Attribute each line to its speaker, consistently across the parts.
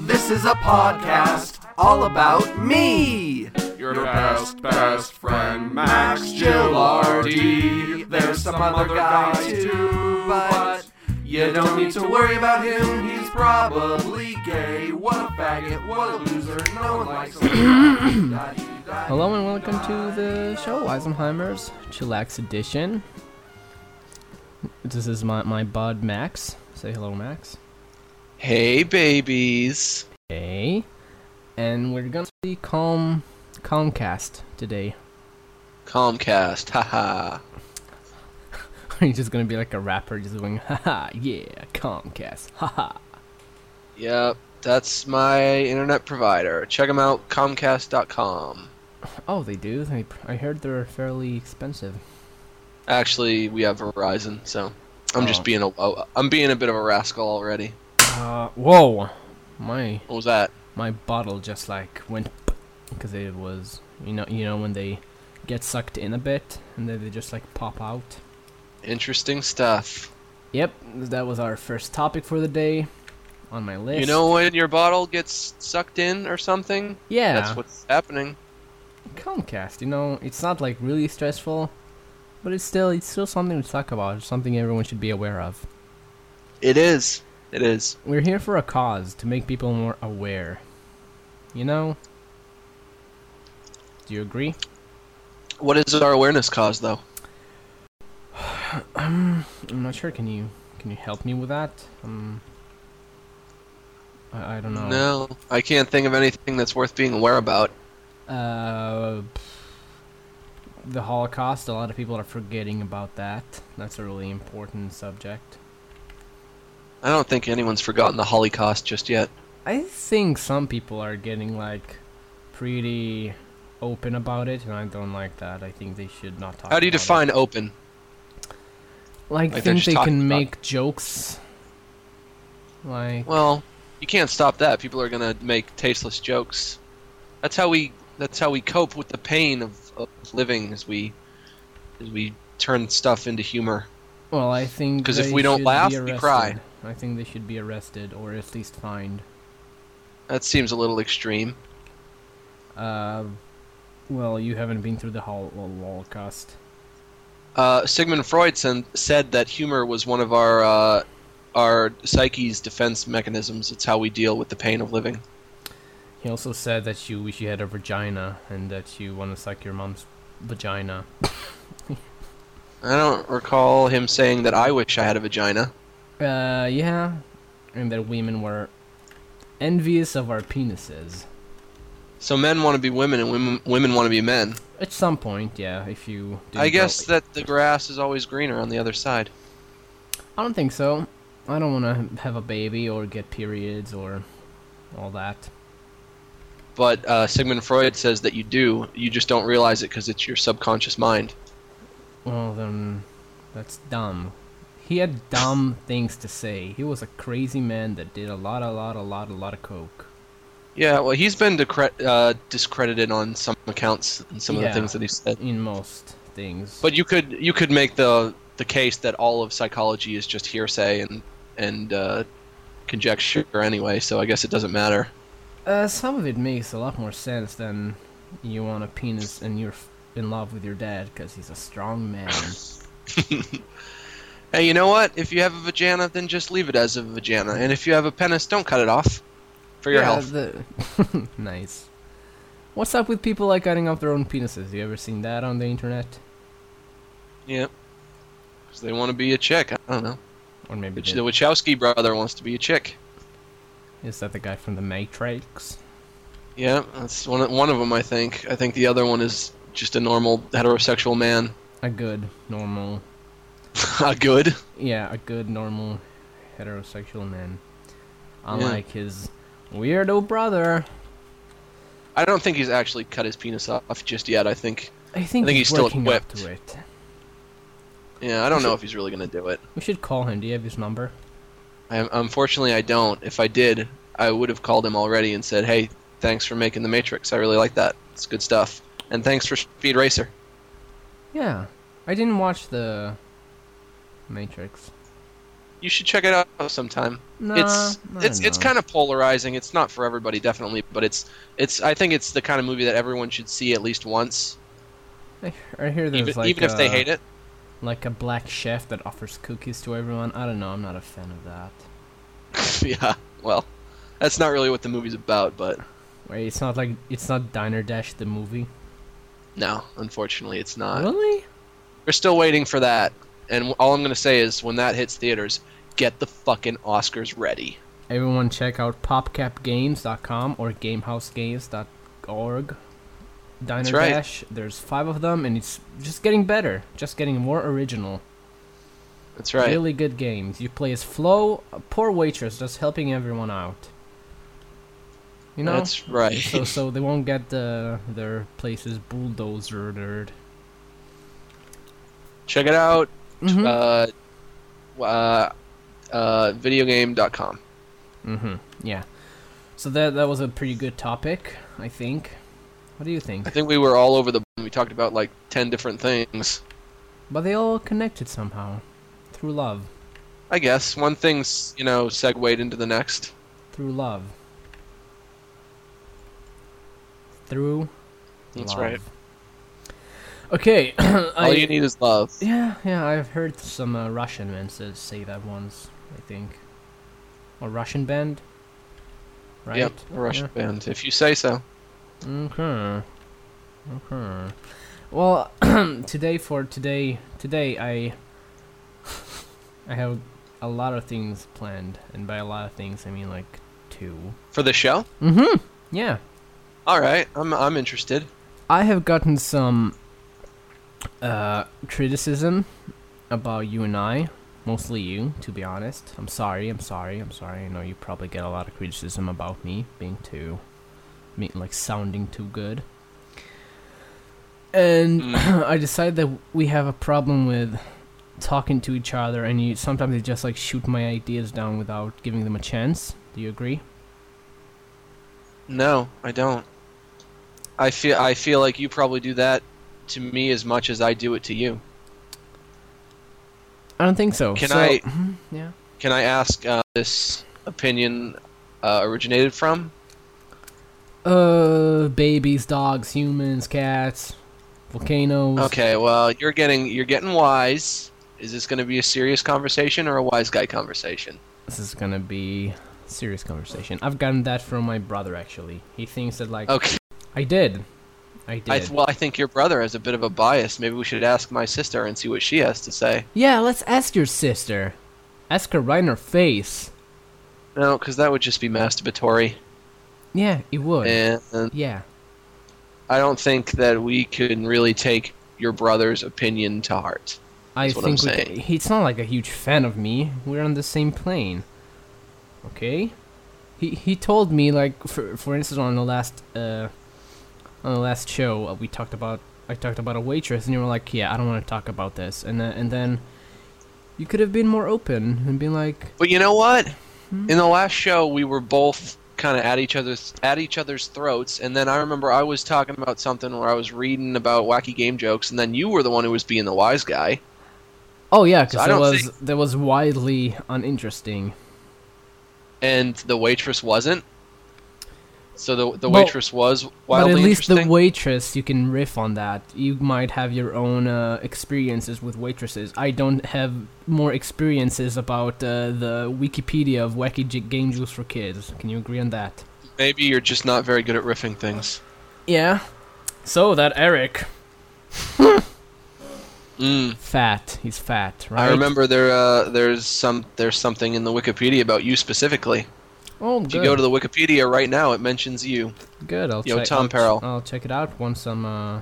Speaker 1: This is a podcast all about me.
Speaker 2: Your best, best friend, Max Gilardi.
Speaker 1: There's some other guy too, but you don't need to worry about him. He's probably gay. What a faggot, what a loser. No one likes him.
Speaker 3: Hello and welcome to the show, Weisenheimer's Chillax Edition. This is my, my bud Max. Say hello, Max.
Speaker 4: Hey, babies.
Speaker 3: Hey. And we're gonna be calm, Calmcast today.
Speaker 4: Comcast, haha.
Speaker 3: Are you just gonna be like a rapper just going, haha, yeah, Comcast, haha.
Speaker 4: Yep, that's my internet provider. Check them out, comcast.com.
Speaker 3: Oh, they do? They, I heard they're fairly expensive.
Speaker 4: Actually, we have Verizon, so I'm
Speaker 3: Oh.
Speaker 4: just being a oh, I'm being a bit of a rascal already.
Speaker 3: Uh, whoa! My
Speaker 4: What was that?
Speaker 3: my bottle just like went because it was you know you know when they get sucked in a bit and then they just like pop out.
Speaker 4: Interesting stuff.
Speaker 3: Yep, that was our first topic for the day on my list.
Speaker 4: You know when your bottle gets sucked in or something?
Speaker 3: yeah,
Speaker 4: That's what's happening.
Speaker 3: Comcast. You know, it's not like really stressful, but it's still it's still something to talk about. It's something everyone should be aware of.
Speaker 4: It is. It is.
Speaker 3: We're here for a cause to make people more aware. You know. Do you agree?
Speaker 4: What is our awareness cause, though?
Speaker 3: I'm not sure. Can you can you help me with that? Um, I, I don't know.
Speaker 4: No, I can't think of anything that's worth being aware about.
Speaker 3: Uh, the Holocaust. A lot of people are forgetting about that. That's a really important subject.
Speaker 4: I don't think anyone's forgotten the Holocaust just yet.
Speaker 3: I think some people are getting like pretty open about it, and I don't like that. I think they should not talk.
Speaker 4: How do you
Speaker 3: about it.
Speaker 4: define open?
Speaker 3: Like,
Speaker 4: like, they're
Speaker 3: think
Speaker 4: just
Speaker 3: they
Speaker 4: talking
Speaker 3: can
Speaker 4: about
Speaker 3: make jokes. Like,
Speaker 4: Well, you can't stop that. People are gonna make tasteless jokes. That's how we. That's how we cope with the pain of, of living. Is we, is we turn stuff into humor.
Speaker 3: well, I think
Speaker 4: 'Cause if
Speaker 3: they
Speaker 4: we don't
Speaker 3: should
Speaker 4: laugh,
Speaker 3: be
Speaker 4: we cry.
Speaker 3: arrested. I think they should be arrested or at least fined.
Speaker 4: That seems a little extreme.
Speaker 3: Uh, well, you haven't been through the hol- Holocaust.
Speaker 4: Uh, Sigmund Freud sen- said that humor was one of our uh, our psyche's defense mechanisms. It's how we deal with the pain of living.
Speaker 3: He also said that you wish you had a vagina and that you want to suck your mom's vagina.
Speaker 4: I don't recall him saying that I wish I had a vagina.
Speaker 3: Uh, yeah, and that women were envious of our penises.
Speaker 4: So men want to be women, and women women want to be men.
Speaker 3: At some point, yeah, if you. didn't
Speaker 4: I
Speaker 3: grow-
Speaker 4: guess that the grass is always greener on the other side.
Speaker 3: I don't think so. I don't want to have a baby or get periods or all that.
Speaker 4: But uh, Sigmund Freud says that you do. You just don't realize it because it's your subconscious mind.
Speaker 3: Well, then, that's dumb. He had dumb things to say. He was a crazy man that did a lot, a lot, a lot, a lot of coke.
Speaker 4: Yeah, well, he's been decre- uh, discredited on some accounts and some of
Speaker 3: Yeah.
Speaker 4: the things that he said.
Speaker 3: in most things.
Speaker 4: But you could you could make the the case that all of psychology is just hearsay and and uh, conjecture anyway. So I guess it doesn't matter.
Speaker 3: uh, some of it makes a lot more sense than you want a penis and you're f- in love with your dad because he's a strong man.
Speaker 4: Hey, you know what? If you have a vagina, then just leave it as a vagina. And if you have a penis, don't cut it off for your
Speaker 3: Yeah,
Speaker 4: health.
Speaker 3: the- nice. What's up with people like cutting off their own penises? You ever seen that on the internet?
Speaker 4: Yeah. 'Cause they want to be a chick. I don't know.
Speaker 3: Or maybe
Speaker 4: The
Speaker 3: they-
Speaker 4: Wachowski brother wants to be a chick.
Speaker 3: is that the guy from the Matrix?
Speaker 4: Yeah, that's one of, one of them. I think. I think the other one is just a normal heterosexual man.
Speaker 3: A good normal,
Speaker 4: Ah, good.
Speaker 3: yeah, a good normal heterosexual man,
Speaker 4: Yeah.
Speaker 3: unlike his weirdo brother.
Speaker 4: I don't think he's actually cut his penis off just yet. I think.
Speaker 3: I think,
Speaker 4: think he's still
Speaker 3: working up
Speaker 4: equipped.
Speaker 3: to it.
Speaker 4: Yeah, I don't know if he's really gonna do it.
Speaker 3: We should call him. Do you have his number?
Speaker 4: I, unfortunately, I don't. If I did, I would have called him already and said, "Hey, thanks for making the Matrix. I really like that. It's good stuff. And thanks for Speed Racer."
Speaker 3: Yeah, I didn't watch the Matrix.
Speaker 4: you should check it out sometime.
Speaker 3: No,
Speaker 4: it's
Speaker 3: I
Speaker 4: it's
Speaker 3: don't
Speaker 4: it's
Speaker 3: know.
Speaker 4: kind of polarizing. It's not for everybody, definitely, but it's it's. I think it's the kind of movie that everyone should see at least once,
Speaker 3: I, I hear there's
Speaker 4: even,
Speaker 3: like uh,
Speaker 4: even if they
Speaker 3: a-
Speaker 4: hate it.
Speaker 3: like a black chef that offers cookies to everyone. I don't know. I'm not a fan of that.
Speaker 4: yeah, well, that's not really what the movie's about, but
Speaker 3: Wait, it's not like it's not Diner Dash the movie.
Speaker 4: no, unfortunately, it's not.
Speaker 3: really?
Speaker 4: We're still waiting for that, and all I'm gonna say is when that hits theaters, get the fucking Oscars ready.
Speaker 3: Everyone, check out popcapgames.com or gamehousegames.org. Diner
Speaker 4: right.
Speaker 3: Dash. There's five of them, and it's just getting better. Just getting more original.
Speaker 4: That's right.
Speaker 3: Really good games. You play as Flo, a poor waitress, just helping everyone out. You know.
Speaker 4: That's right.
Speaker 3: so so they won't get uh, their places bulldozered.
Speaker 4: Check it out.
Speaker 3: Mm-hmm.
Speaker 4: Uh, uh, uh, videogame.com.
Speaker 3: Mm-hmm. Yeah. So that that was a pretty good topic, I think. What do you think?
Speaker 4: I think we were all over the. We talked about like ten different things.
Speaker 3: But they all connected somehow, through love,
Speaker 4: I guess one thing's you know segued into the next.
Speaker 3: through love, through.
Speaker 4: That's
Speaker 3: love.
Speaker 4: right.
Speaker 3: Okay.
Speaker 4: All
Speaker 3: I,
Speaker 4: you need is love.
Speaker 3: Yeah, yeah. I've heard some uh, Russian men say, say that once. I think. A Russian band. Right.
Speaker 4: Yep, a Russian band. If you say so.
Speaker 3: Okay. Okay. Well, today for today today I I have a lot of things planned, and by a lot of things I mean like two.
Speaker 4: For the show.
Speaker 3: Mm-hmm. Yeah.
Speaker 4: All right, I'm I'm interested.
Speaker 3: I have gotten some uh criticism about you and I. Mostly you, to be honest. I'm sorry, I'm sorry, I'm sorry. I know you probably get a lot of criticism about me being too me like sounding too good. And
Speaker 4: Mm.
Speaker 3: I decided that we have a problem with talking to each other and you sometimes you just like shoot my ideas down without giving them a chance. Do you agree?
Speaker 4: No, I don't. I feel I feel like you probably do that to me as much as I do it to you.
Speaker 3: I don't think so.
Speaker 4: Can
Speaker 3: So-
Speaker 4: I-
Speaker 3: Mhm, yeah.
Speaker 4: Can I ask uh, this opinion uh, originated from?
Speaker 3: Uh, babies, dogs, humans, cats, volcanoes.
Speaker 4: Okay, well, you're getting you're getting wise. Is this going to be a serious conversation or a wise guy conversation?
Speaker 3: This is gonna be serious conversation. I've gotten that from my brother actually. He thinks that like
Speaker 4: Okay.
Speaker 3: I did, I did.
Speaker 4: I th- well, I think your brother has a bit of a bias. Maybe we should ask my sister and see what she has to say.
Speaker 3: yeah, let's ask your sister. Ask her right in her face.
Speaker 4: No, because that would just be masturbatory,
Speaker 3: Yeah, it would.
Speaker 4: Eh. and
Speaker 3: yeah.
Speaker 4: I don't think that we can really take your brother's opinion to heart.
Speaker 3: I
Speaker 4: That's what I'm
Speaker 3: think we
Speaker 4: saying.
Speaker 3: can, he's not like a huge fan of me. We're on the same plane. Okay? He he told me like for for instance on the last uh on the last show uh, we talked about I talked about a waitress and you were like, "Yeah, I don't want to talk about this." And uh, and then you could have been more open and been like,
Speaker 4: But you know what? In the last show, we were both kind of at each other's at each other's throats, and then I remember I was talking about something where I was reading about wacky game jokes, and then you were the one who was being the wise guy.
Speaker 3: "Oh yeah, cuz
Speaker 4: So I
Speaker 3: that
Speaker 4: don't
Speaker 3: was
Speaker 4: think-
Speaker 3: that was widely uninteresting."
Speaker 4: and the waitress wasn't. So the the
Speaker 3: Well,
Speaker 4: waitress was
Speaker 3: But
Speaker 4: wildly
Speaker 3: at least the
Speaker 4: interesting.
Speaker 3: waitress, you can riff on that. You might have your own uh, experiences with waitresses. I don't have more experiences about uh, the Wikipedia of wacky j- game juice for kids. Can you agree on that?
Speaker 4: Maybe you're just not very good at riffing things.
Speaker 3: Yeah. So that Eric,
Speaker 4: Mm.
Speaker 3: fat. He's fat,
Speaker 4: I
Speaker 3: right?
Speaker 4: remember there uh, there's some there's something in the Wikipedia about you specifically.
Speaker 3: Oh,
Speaker 4: If
Speaker 3: good.
Speaker 4: you go to the Wikipedia right now, it mentions you.
Speaker 3: good. I'll
Speaker 4: Yo,
Speaker 3: check.
Speaker 4: Tom
Speaker 3: I'll ch-
Speaker 4: Peril.
Speaker 3: I'll check it out once I'm uh,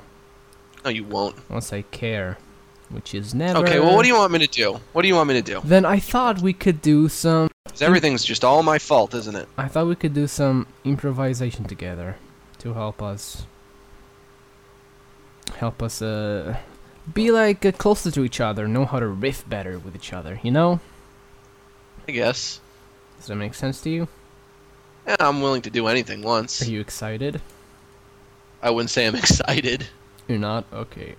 Speaker 4: No, you won't.
Speaker 3: once I care, which is never.
Speaker 4: Okay. Well, what do you want me to do? What do you want me to do?
Speaker 3: Then I thought we could do some.
Speaker 4: 'Cause everything's just all my fault, isn't it?
Speaker 3: I thought we could do some improvisation together to help us help us uh be like uh, closer to each other, know how to riff better with each other, you know?
Speaker 4: I guess.
Speaker 3: Does that make sense to you?
Speaker 4: Yeah, I'm willing to do anything
Speaker 3: Are
Speaker 4: once.
Speaker 3: you excited?
Speaker 4: I wouldn't say I'm excited.
Speaker 3: You're not? Okay.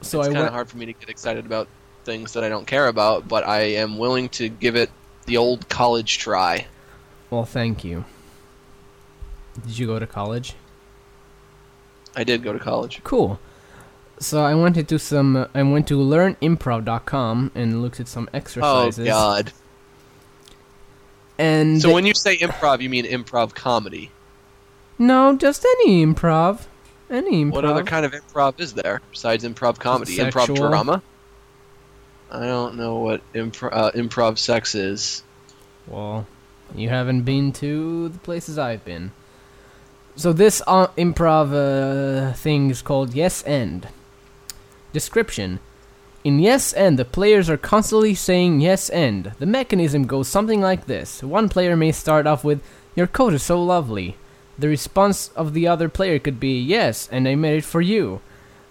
Speaker 3: So
Speaker 4: it's
Speaker 3: I
Speaker 4: kind of
Speaker 3: went
Speaker 4: hard for me to get excited about things that I don't care about, but I am willing to give it the old college try.
Speaker 3: Well, thank you. Did you go to college?
Speaker 4: I did go to college.
Speaker 3: Cool. So I went to do some. Uh, I went to learnimprov.com and looked at some exercises.
Speaker 4: Oh God!
Speaker 3: And
Speaker 4: So when you say improv, you mean improv comedy.
Speaker 3: no, just any improv, any improv.
Speaker 4: What other kind of improv is there besides improv comedy? Improv
Speaker 3: Sexual.
Speaker 4: drama. I don't know what improv uh, improv sex is.
Speaker 3: Well, you haven't been to the places I've been. So this uh, improv uh, thing is called Yes End. Description. In Yes End, the players are constantly saying Yes End. The mechanism goes something like this. One player may start off with, Your coat is so lovely. The response of the other player could be, Yes, and I made it for you.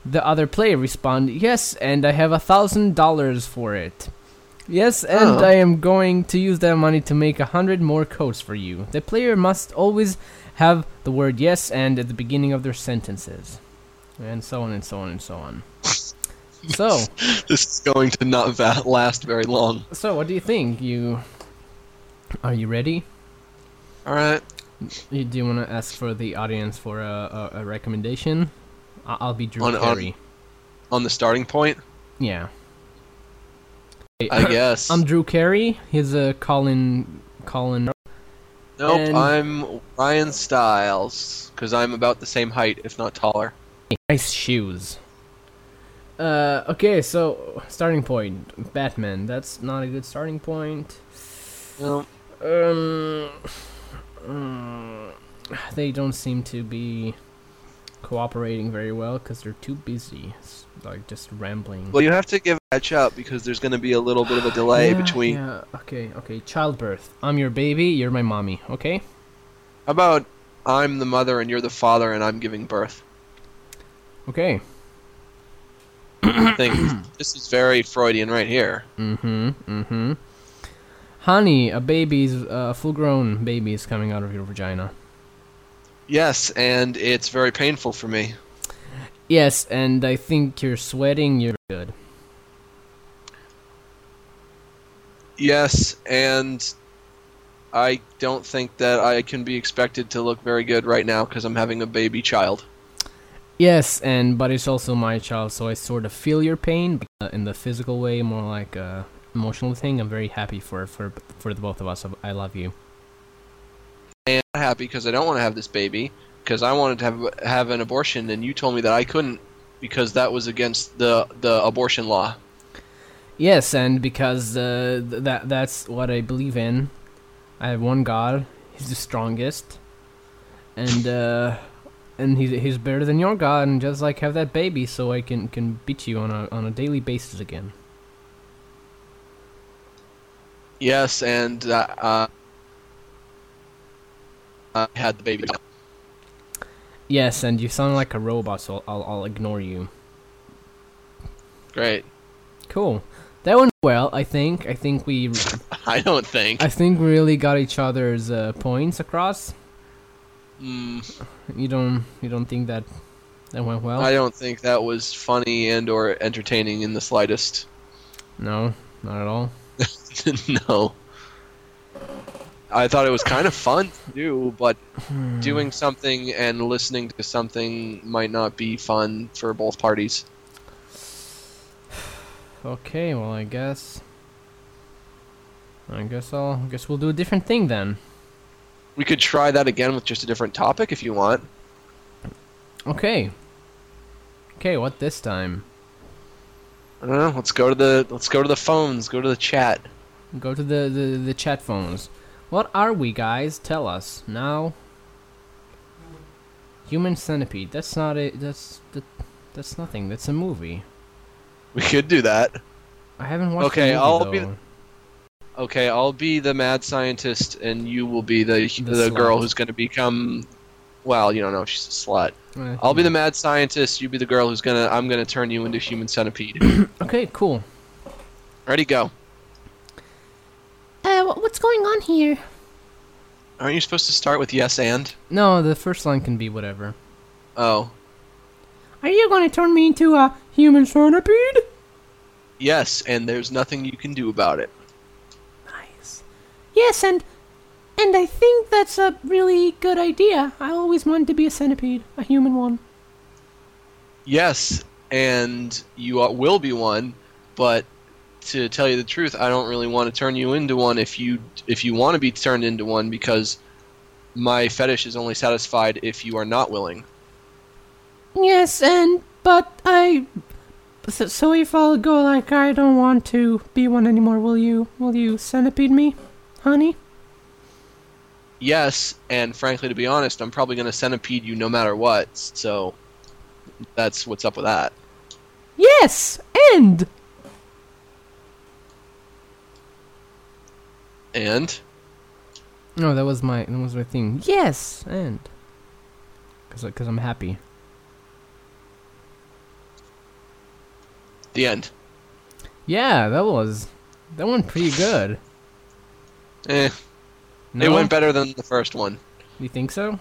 Speaker 3: The other player respond, Yes, and I have a thousand dollars for it. Yes, and
Speaker 4: Oh.
Speaker 3: I am going to use that money to make a hundred more coats for you. The player must always have the word yes and at the beginning of their sentences. And so on and so on and so on. So,
Speaker 4: This is going to not va- last very long.
Speaker 3: so what do you think? You are you ready?
Speaker 4: All right.
Speaker 3: You, do you want to ask for the audience for a, a, a recommendation? I- I'll be Drew
Speaker 4: On- on-
Speaker 3: Carey.
Speaker 4: On the starting point,
Speaker 3: yeah,
Speaker 4: I guess.
Speaker 3: I'm Drew Carey. He's a Colin Colin
Speaker 4: nope.
Speaker 3: and-
Speaker 4: I'm Ryan Stiles because I'm about the same height, if not taller.
Speaker 3: Nice shoes. Uh, okay, so starting point, Batman. That's not a good starting point.
Speaker 4: No.
Speaker 3: Um, mm, they don't seem to be cooperating very well because they're too busy, s- like just rambling.
Speaker 4: Well, you have to give a catch up because there's going to be a little bit of a delay
Speaker 3: Yeah,
Speaker 4: between
Speaker 3: Yeah. Okay. Okay. Childbirth. I'm your baby. You're my mommy. Okay.
Speaker 4: How about I'm the mother and you're the father and I'm giving birth?
Speaker 3: Okay.
Speaker 4: I think this is very Freudian right here.
Speaker 3: Mm-hmm. Mm-hmm. Honey, a baby's a full-grown baby is coming out of your vagina.
Speaker 4: Yes, and it's very painful for me.
Speaker 3: Yes, and I think you're sweating. You're good.
Speaker 4: Yes, and I don't think that I can be expected to look very good right now because I'm having a baby child.
Speaker 3: Yes, and but it's also my child, so I sort of feel your pain but, uh, in the physical way, more like a emotional thing. I'm very happy for for for the both of us. I love you.
Speaker 4: And I'm happy because I don't want to have this baby because I wanted to have have an abortion and you told me that I couldn't because that was against the the abortion law.
Speaker 3: Yes, and because uh, th- that that's what I believe in. I have one God. He's the strongest, and uh, and he's he's better than your God. And just like have that baby, so I can can beat you on a on a daily basis again.
Speaker 4: Yes, and uh, uh, I had the baby.
Speaker 3: Yes, and you sound like a robot, so I'll I'll ignore you.
Speaker 4: Great.
Speaker 3: Cool. That went well, I think. I think we,
Speaker 4: I don't think.
Speaker 3: I think we really got each other's uh, points across.
Speaker 4: Mm,
Speaker 3: You don't, you don't think that that went well?
Speaker 4: I don't think that was funny and or entertaining in the slightest.
Speaker 3: no, not at all.
Speaker 4: no. I thought it was kind of fun to do, but
Speaker 3: Hmm.
Speaker 4: doing something and listening to something might not be fun for both parties.
Speaker 3: Okay, well, I guess, I guess I'll, I guess we'll do a different thing then.
Speaker 4: We could try that again with just a different topic if you want.
Speaker 3: Okay. Okay, what this time?
Speaker 4: I don't know. Let's go to the let's go to the phones. Go to the chat.
Speaker 3: Go to the the, the chat phones. What are we, guys? Tell us now. Human centipede. That's not a. That's that, That's nothing. That's a movie.
Speaker 4: We could do that.
Speaker 3: I haven't watched.
Speaker 4: Okay,
Speaker 3: the movie,
Speaker 4: I'll be
Speaker 3: though.
Speaker 4: Okay, I'll be the mad scientist, and you will be the
Speaker 3: The
Speaker 4: the, girl
Speaker 3: slut.
Speaker 4: who's going to become. Well, you don't know. She's a slut.
Speaker 3: Uh,
Speaker 4: I'll be the mad scientist. You be the girl who's gonna. I'm gonna turn you into human centipede.
Speaker 3: Okay, cool.
Speaker 4: Ready, go.
Speaker 5: Uh, wh- what's going on here?
Speaker 4: Aren't you supposed to start with yes and?
Speaker 3: No, the first line can be whatever.
Speaker 4: Oh,
Speaker 5: Are you going to turn me into a human centipede?
Speaker 4: Yes, and there's nothing you can do about it.
Speaker 3: Nice. Yes, and and I think that's a really good idea. I always wanted to be a centipede, a human one.
Speaker 4: Yes, and you are- will be one, but to tell you the truth, I don't really want to turn you into one if you if you want to be turned into one because my fetish is only satisfied if you are not willing.
Speaker 3: Yes, and but I. So, so if I'll go like I don't want to be one anymore, will you? Will you centipede me, honey?
Speaker 4: Yes, and frankly, to be honest, I'm probably going to centipede you no matter what. So that's what's up with that.
Speaker 3: Yes, and
Speaker 4: And
Speaker 3: no, that was my that was my thing. Yes, and because because I'm happy.
Speaker 4: the end.
Speaker 3: Yeah, that was that went pretty good.
Speaker 4: Eh,
Speaker 3: No?
Speaker 4: It went better than the first one.
Speaker 3: You think so?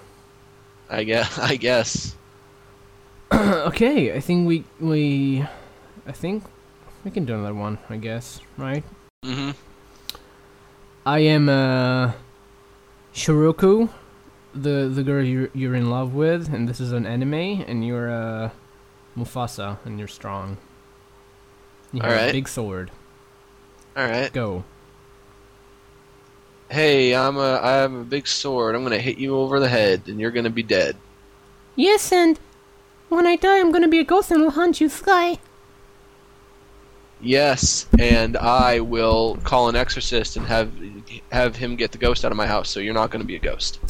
Speaker 4: I guess. I guess.
Speaker 3: okay, I think we we I think we can do another one. I guess right.
Speaker 4: hmm
Speaker 3: I am uh, Shiroku, the the girl you're, you're in love with, and this is an anime, and you're uh, Mufasa, and you're strong. You have a
Speaker 4: Alright.
Speaker 3: big sword.
Speaker 4: All right.
Speaker 3: Go.
Speaker 4: Hey, I'm a I have a big sword. I'm going to hit you over the head, and you're going to be dead.
Speaker 3: Yes, and when I die, I'm gonna be a ghost and I'll haunt you, Sky.
Speaker 4: Yes, and I will call an exorcist and have have him get the ghost out of my house. So you're not going to be a ghost.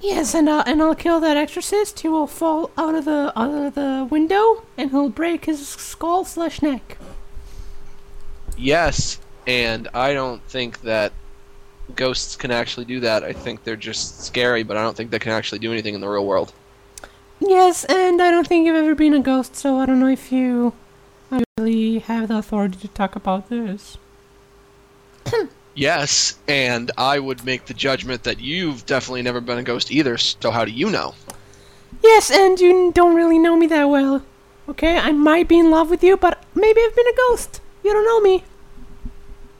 Speaker 3: Yes, and uh, and I'll kill that exorcist. He will fall out of the out of the window, and he'll break his skull slash neck.
Speaker 4: Yes, and I don't think that ghosts can actually do that. I think they're just scary, but I don't think they can actually do anything in the real world.
Speaker 3: Yes, and I don't think you've ever been a ghost, so I don't know if you really have the authority to talk about this.
Speaker 4: Yes, and I would make the judgment that you've definitely never been a ghost either, so how do you know?
Speaker 3: Yes, and you don't really know me that well. Okay, I might be in love with you, but maybe I've been a ghost. You don't know me.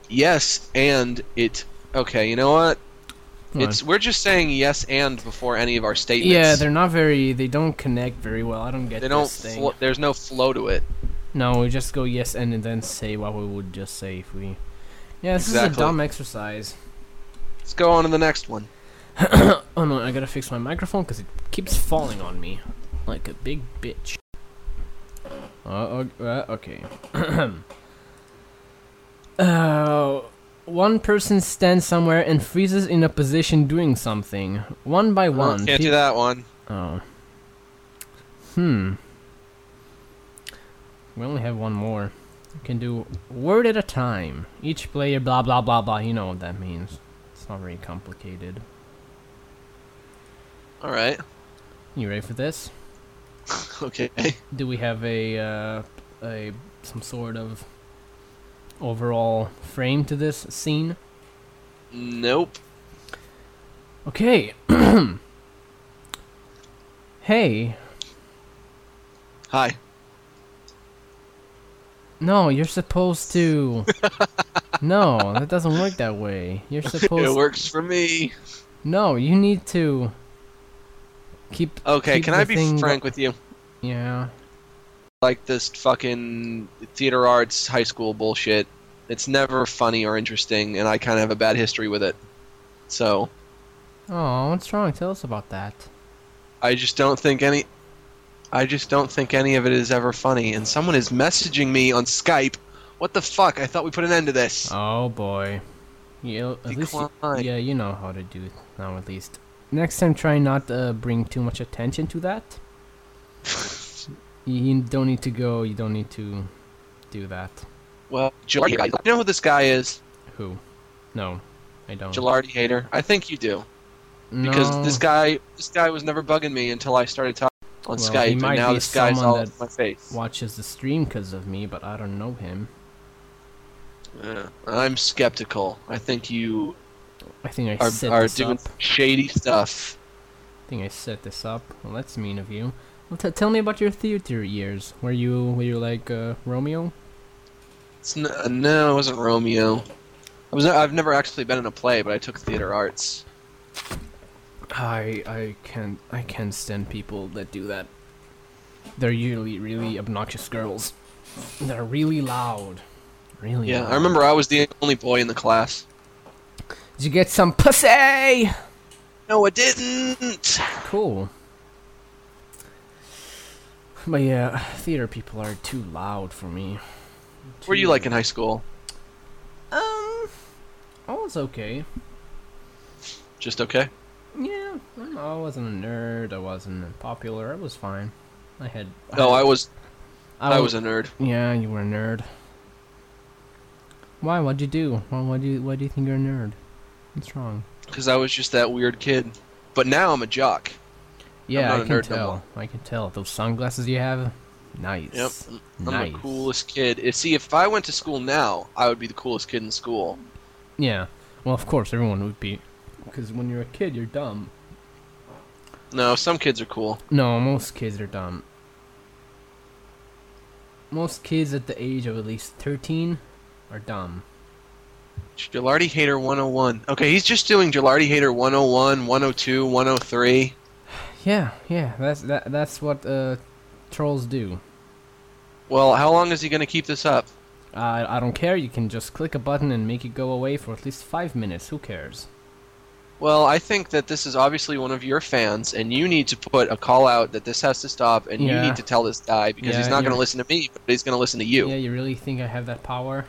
Speaker 4: Yes, and it Okay, you know what? It's we're just saying yes and before any of our statements.
Speaker 3: yeah, they're not very. They don't connect very well. I don't get
Speaker 4: they don't
Speaker 3: this thing.
Speaker 4: flo- there's no flow to it.
Speaker 3: no, we just go yes and, and then say what we would just say if we. Yeah, this is a
Speaker 4: Exactly.
Speaker 3: dumb exercise.
Speaker 4: Let's go on to the next one.
Speaker 3: Oh no, I gotta fix my microphone because it keeps falling on me like a big bitch. Uh, o- uh, okay. uh, one person stands somewhere and freezes in a position doing something. One by one.
Speaker 4: Uh, Can't do
Speaker 3: peop-
Speaker 4: that one.
Speaker 3: Oh. Hmm. We only have one more. We can do word at a time. Each player, blah blah blah blah. You know what that means. It's not very complicated.
Speaker 4: All right.
Speaker 3: You ready for this?
Speaker 4: Okay.
Speaker 3: Do we have a uh, a some sort of overall frame to this scene?
Speaker 4: Nope.
Speaker 3: Okay. hey,
Speaker 4: Hi.
Speaker 3: no, you're supposed to. no, that doesn't work that way. You're
Speaker 4: It
Speaker 3: supposed.
Speaker 4: works for me.
Speaker 3: no, you need to keep.
Speaker 4: Okay,
Speaker 3: keep
Speaker 4: can
Speaker 3: the
Speaker 4: I be
Speaker 3: thing-
Speaker 4: frank with you?
Speaker 3: Yeah.
Speaker 4: Like this fucking theater arts high school bullshit. It's never funny or interesting, and I kind of have a bad history with it. So
Speaker 3: Oh, what's wrong? Tell us about that.
Speaker 4: I just don't think any. I just don't think any of it is ever funny. And someone is messaging me on Skype. What the fuck? I thought we put an end to this.
Speaker 3: Oh boy. Yeah, at least you,
Speaker 4: Decline.
Speaker 3: yeah, you know how to do it now at least. Next time try not uh, bring too much attention to that. You- you don't need to go, you don't need to do that.
Speaker 4: Well, Gilardi, you know who this guy is?
Speaker 3: Who? No. I don't.
Speaker 4: Gilardi hater. I think you do
Speaker 3: Oh. no.
Speaker 4: because this guy, this guy was never bugging me until I started talking on
Speaker 3: Well, he
Speaker 4: Skype, and
Speaker 3: might
Speaker 4: now
Speaker 3: be
Speaker 4: this guy's
Speaker 3: someone
Speaker 4: all in
Speaker 3: that-
Speaker 4: my face.
Speaker 3: watches the stream cuz of me, but I don't know him.
Speaker 4: Uh, I'm skeptical. I think you
Speaker 3: I think I
Speaker 4: are,
Speaker 3: set
Speaker 4: are
Speaker 3: this
Speaker 4: doing
Speaker 3: up.
Speaker 4: shady stuff.
Speaker 3: I think I set this up. Well, that's mean of you. Well, t- tell me about your theater years. Were you were you like uh, Romeo?
Speaker 4: It's n- uh, no, it wasn't Romeo. I was. I've never actually been in a play, but I took theater arts.
Speaker 3: I I can't I can't stand people that do that. They're usually really obnoxious girls. They're really loud. Really.
Speaker 4: Yeah,
Speaker 3: loud.
Speaker 4: I remember I was the only boy in the class.
Speaker 3: Did you get some pussy?
Speaker 4: No, I didn't.
Speaker 3: Cool. But yeah, theater people are too loud for me.
Speaker 4: What were you like in high school?
Speaker 3: Um, I was okay.
Speaker 4: Just okay.
Speaker 3: Yeah, I don't know, I wasn't a nerd. I wasn't popular. I was fine. I had.
Speaker 4: No, I was.
Speaker 3: I,
Speaker 4: I was a nerd.
Speaker 3: Yeah, you were a nerd. Why? What'd you do? Why? Why do you? Why do you think you're a nerd? What's wrong?
Speaker 4: because I was just that weird kid. But now I'm a jock.
Speaker 3: Yeah,
Speaker 4: not
Speaker 3: I
Speaker 4: a
Speaker 3: can
Speaker 4: nerd no
Speaker 3: tell.
Speaker 4: more.
Speaker 3: I can tell. Those sunglasses you have, nice.
Speaker 4: Yep, I'm
Speaker 3: nice.
Speaker 4: the coolest kid. If, see, if I went to school now, I would be the coolest kid in school.
Speaker 3: Yeah. Well, of course, everyone would be, because when you're a kid, you're dumb.
Speaker 4: No, some kids are cool.
Speaker 3: No, most kids are dumb. Most kids at the age of at least thirteen are dumb.
Speaker 4: Gelardi Hater 101. Okay, he's just doing Gelardi Hater 101, 102, 103.
Speaker 3: Yeah, yeah. That's that. That's what uh, trolls do.
Speaker 4: Well, how long is he going to keep this up?
Speaker 3: Uh, I don't care. You can just click a button and make it go away for at least five minutes. Who cares?
Speaker 4: Well, I think that this is obviously one of your fans, and you need to put a call out that this has to stop, and
Speaker 3: Yeah.
Speaker 4: you need to tell this guy because
Speaker 3: Yeah,
Speaker 4: he's not going
Speaker 3: you're-
Speaker 4: to listen to me, but he's going to listen to you.
Speaker 3: Yeah, you really think I have that power?